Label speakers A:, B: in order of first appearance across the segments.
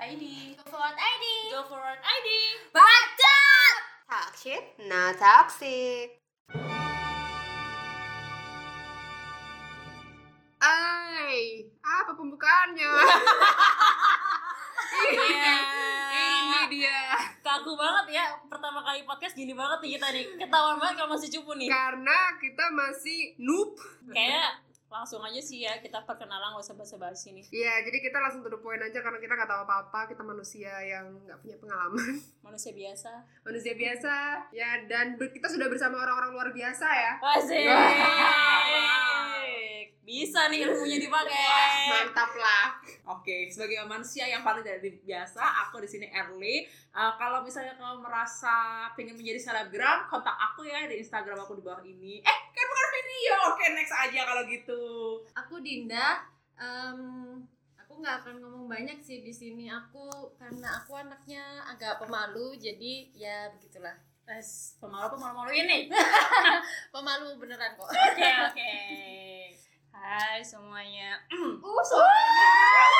A: ID.
B: Go forward ID.
A: Go forward ID.
B: Bacot.
C: toxic, not toxic.
D: Ay, apa pembukaannya?
A: Iya.
D: Ini dia.
A: Kaku banget ya pertama kali podcast gini banget nih kita nih. Ketahuan banget kalau masih cupu
E: Iya.
A: nih.
D: Karena kita masih noob.
A: Kayak langsung aja sih ya kita perkenalan gak usah basa-basi nih.
D: Iya, jadi kita langsung to the point aja karena kita nggak tahu apa-apa. Kita manusia yang nggak punya pengalaman,
A: Manusia biasa.
D: manusia biasa. Ya, dan ber- kita sudah bersama orang-orang luar biasa ya.
A: Asik. Bisa nih ilmunya dipakai.
D: Mantap lah.
E: Oke, sebagai manusia yang paling dari biasa, aku di sini Erly. Eh, kalau misalnya kamu merasa pengen menjadi selebgram, kontak aku ya di Instagram aku di bawah ini. Eh, kan bukan video. Oke, next aja kalau gitu.
B: Aku Dinda. Em, aku nggak akan ngomong banyak sih di sini. Aku karena aku anaknya agak pemalu, jadi ya begitulah.
A: Tes pemalu pemalu malu ini.
B: Pemalu beneran kok.
A: Oke oke. Hai semuanya.
D: Uh,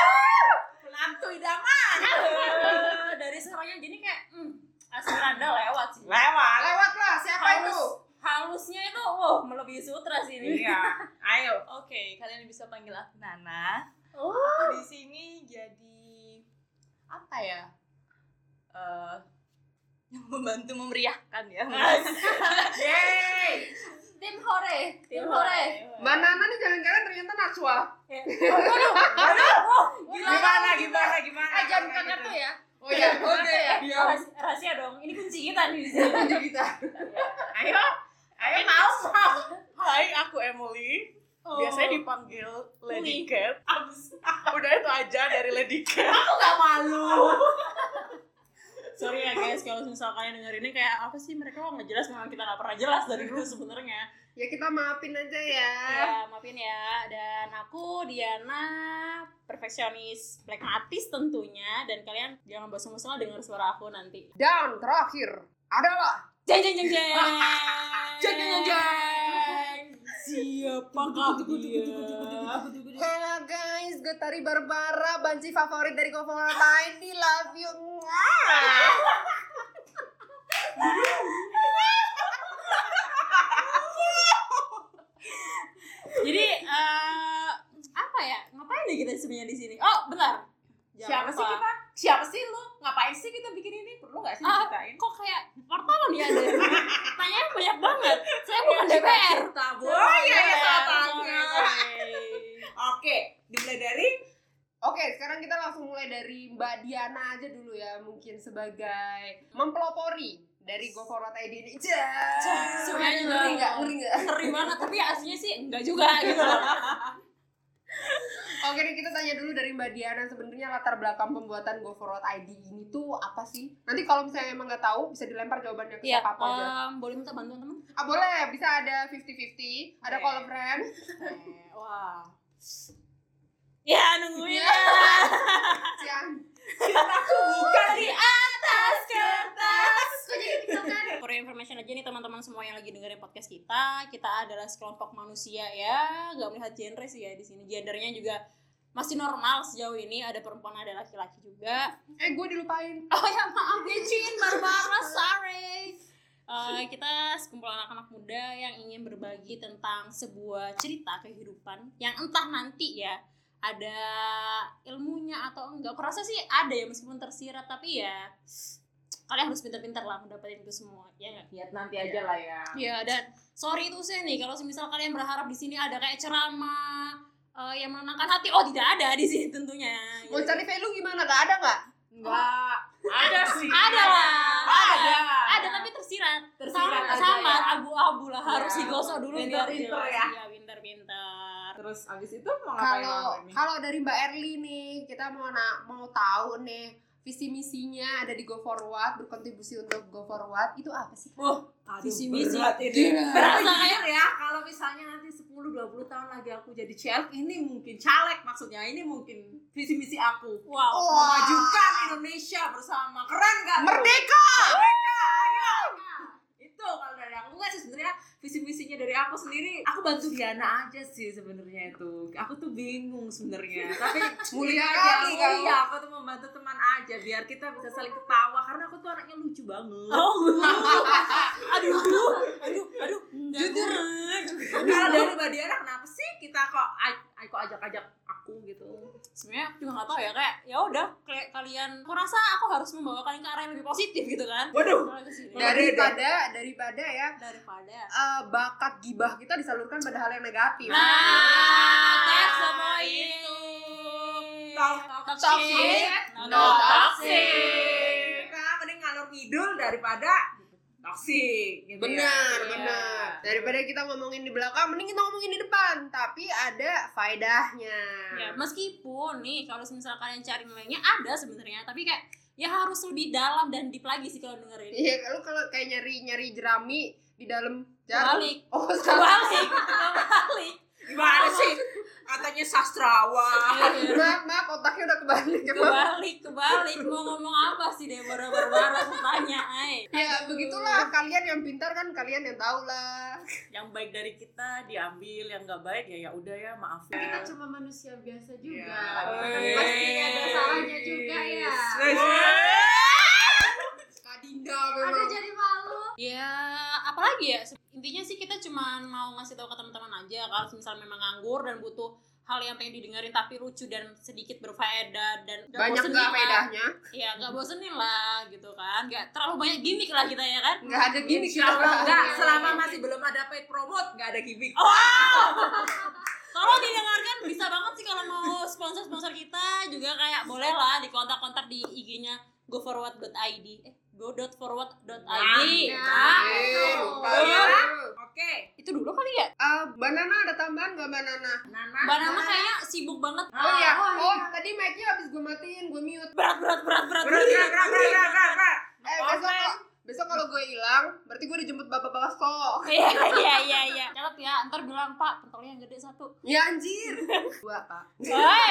E: Menantu idaman.
A: Eh, dari suaranya gini kayak hmm, asmuranda lewat sih.
E: Lewat.
D: Lewat lah, siapa itu?
A: halusnya itu wow melebihi sutra sih ini.
E: Iya. Ayo.
F: Oke, kalian bisa panggil aku Nana.
A: Oh.
F: Aku di sini jadi apa ya? Eh, yang membantu memeriahkan ya.
E: Yeay.
B: Tim hore, tim
D: eh.
B: hore.
D: Mbak Nana nih jangan-jangan ternyata Najwa.
E: Gimana gimana gimana?
B: Eh jangan
E: Kayak
B: kangen
E: gitu.
B: tuh ya.
D: Oh iya,
B: Oke ya.
A: Rahas- Rahasia dong. Ini kunci kita nih.
E: Ayo. Ayo mau mau.
F: Hai, aku Emily. Biasanya dipanggil Lady Cat.
E: Abis.
F: Udah itu aja dari Lady Cat.
E: Aku gak malu.
F: Sorry ya guys, kalau misal kalian denger ini kayak apa sih mereka nggak jelas memang kita nggak pernah jelas dari dulu sebenarnya.
D: ya kita maafin aja ya.
A: Ya, maafin ya. Dan aku Diana, perfeksionis black artist tentunya. Dan kalian jangan bosan-bosan lah denger suara aku nanti.
D: Dan terakhir adalah
A: Jeng jeng jeng jeng.
D: Jeng, jeng, jeng, jeng.
A: Siapakah dia?
D: Hello guys, gue Tari Barbara, banci favorit dari Kofor Lain di Love You.
A: Jadi eh, apa ya? Ngapain ya kita sebenarnya di sini? Oh, benar.
E: Siapa sih kita? Siapa sih lu? Ngapain sih kita bikin ini? Perlu gak sih
A: Ah,
E: diceritain?
A: kok kayak wartawan ya ada? Tanya banyak banget. Saya
E: Iya,
A: bukan DPR.
E: Oh iya iya salah
A: Sorry,
E: tanya.
A: sorry.
E: Oke, dimulai dari
D: Oke, sekarang kita langsung mulai dari Mbak Diana aja dulu ya, mungkin sebagai mempelopori dari Go Forward ID ini. Jah.
A: sebenarnya juga.
D: ngeri nggak? Ngeri nggak?
A: ngeri banget tapi aslinya sih enggak juga gitu loh.
D: Oke, nih kita tanya dulu dari Mbak Diana sebenarnya latar belakang pembuatan Go Forward ID ini tuh apa sih? Nanti kalau misalnya emang nggak tahu bisa dilempar jawabannya ke
A: Iya,
D: siapa aja.
A: em, boleh minta bantuan teman?
D: Ah, boleh, bisa ada 50-50, ada
E: Oke.
D: call a friend.
E: Eh, wah. Iya.
A: Ya nungguin ya.
D: Siang.
E: Aku bukan di
A: For your information aja nih teman-teman semua yang lagi dengerin podcast kita, kita adalah sekelompok manusia ya, nggak melihat genre sih ya di sini. Gendernya juga masih normal sejauh ini ada perempuan ada laki-laki juga.
D: Eh, gue dilupain.
A: Oh ya maaf ya Cin, Barbara, sorry. Eh, kita sekumpul anak-anak muda yang ingin berbagi tentang sebuah cerita kehidupan yang entah nanti ya ada ilmunya atau enggak. Aku rasa sih ada ya meskipun tersirat tapi ya kalian harus pintar-pintar lah mendapatkan itu semua ya nggak?
E: Lihat nanti aja lah ya.
A: Iya dan sorry itu saya nih kalau misal kalian berharap di sini ada kayak ceramah eh, yang menenangkan hati, oh tidak ada di sini tentunya.
D: Mau cari value gimana? Gak ada gak?
E: Enggak. Ada sih.
A: Ada lah.
E: Ada.
A: Ada tapi tersirat,
E: Tersirat
A: sama,
E: aja
A: sama
E: ya.
A: abu-abu lah harus
E: Ya.
A: digosok dulu
E: Pinter-pinter
A: baru jelas.
E: ya.
A: Iya pinter-pinter.
E: Terus abis itu mau ngapain
D: Kalau
E: malam ini?
D: kalau dari Mbak Erli nih, kita mau na- mau tahu nih visi misinya ada di Go Forward, berkontribusi untuk Go Forward itu apa sih?
A: Visi misi.
E: berat ini.
A: Berasa
E: Berasa
A: kayak-
E: ya kalau misalnya nanti 10 20 tahun lagi aku jadi caleg ini mungkin caleg maksudnya ini mungkin visi misi aku.
A: Wow.
E: Memajukan Indonesia bersama. Keren gak? tuh?
D: Merdeka!
E: itu kalau dari aku kan sih sebenarnya visi misinya dari aku sendiri aku bantu Diana aja sih sebenarnya itu aku tuh bingung sebenarnya tapi Iya,
D: Mulia kali
E: iya,
D: kau.
E: aku tuh membantu teman aja aja biar kita bisa saling ketawa karena aku tuh anaknya lucu banget.
A: aduh, aduh, aduh, aduh, enggak,
E: Jujur.
A: gue.
E: Karena dari Mbak Diana kenapa sih kita kok a- kok ajak-ajak aku gitu.
A: sebenarnya aku juga nggak tahu ya kayak ya udah kayak kalian aku rasa aku harus membawa kalian ke arah yang lebih positif gitu kan
E: Waduh.
A: Kalau ke sini.
E: Dari-
D: daripada daripada ya
A: daripada
D: eh, bakat gibah kita disalurkan pada hal yang negatif.
A: nah that's the point itu
D: Toxic,
A: no toxic
E: Nah, mending ngalur ngidul daripada toksik gitu
D: Benar,
E: ya.
D: benar. Daripada kita ngomongin di belakang, mending kita ngomongin di depan. Tapi ada faedahnya.
A: ya meskipun nih kalau misalnya kalian cari nilainya ada sebenarnya tapi kayak ya harus lebih dalam dan deep lagi sih kalau dengerin
D: Iya, kalau kalau kayak nyari nyari jerami di dalam jarum.
A: balik
D: Oh, salah.
A: balik balik
E: Gimana sih? Katanya sastrawan.
D: Maaf, maaf, otaknya udah kebalik ya, Bang.
A: kebalik kebalik mau ngomong apa sih Deborah baru-baru aku tanya ay
D: Ya, begitulah. Kalian yang pintar kan kalian yang tahu lah.
F: yang baik dari kita diambil yang nggak baik ya ya udah ya maaf
B: kita cuma manusia biasa juga
E: Ya.
B: pasti ada salahnya juga ya
E: Wes,
D: Kadinda
B: ada
D: memang.
B: jadi malu
A: ya apalagi ya intinya sih kita cuma mau ngasih tahu ke teman-teman aja kalau misalnya memang nganggur dan butuh hal yang pengen didengerin tapi lucu dan sedikit berfaedah dan nggak
D: Banyak
A: bosenin
D: nggak
A: lah.
D: faedahnya?
A: ya nggak bosenin lah gitu kan nggak terlalu banyak gimmick lah kita ya kan
D: Nggak ada gini kita.
E: Kalau
D: Bang.
E: enggak, selama masih belum ada paid promote, enggak ada gimmick.
A: kalau didengarkan bisa banget sih kalau mau sponsor-sponsor kita juga kayak boleh lah di kontak-kontak di IG-nya goforward.id eh go.forward.id
B: Nah,
A: nah,
D: Eh, lupa.
E: Iya. Oke.
A: itu dulu kali ya
D: Ah, banana ada tambahan nggak banana?
E: Nana.
A: Mbak Nana kayaknya sibuk banget
D: Oh
E: iya.
D: ya, oh tadi mic-nya habis gue matiin, gue mute.
A: berat berat berat berat,
E: Berat, berat, berat, berat, berat, berat, berat.
D: Eh, besok kok- besok kalau gue hilang, berarti gue dijemput bapak-bapak sok.
A: Iya iya iya iya. Catat ya, ntar bilang Pak, pentolnya yang gede satu.
D: Ya anjir. Gua apa?
A: Woi.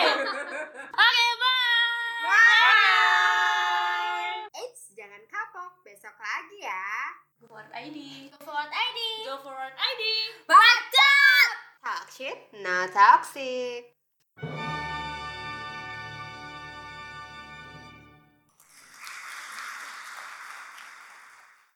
A: Oke, bye.
C: Eits, jangan kapok. Besok lagi ya.
F: buat ID
A: Go forward ID.
C: Talk shit, not toxic.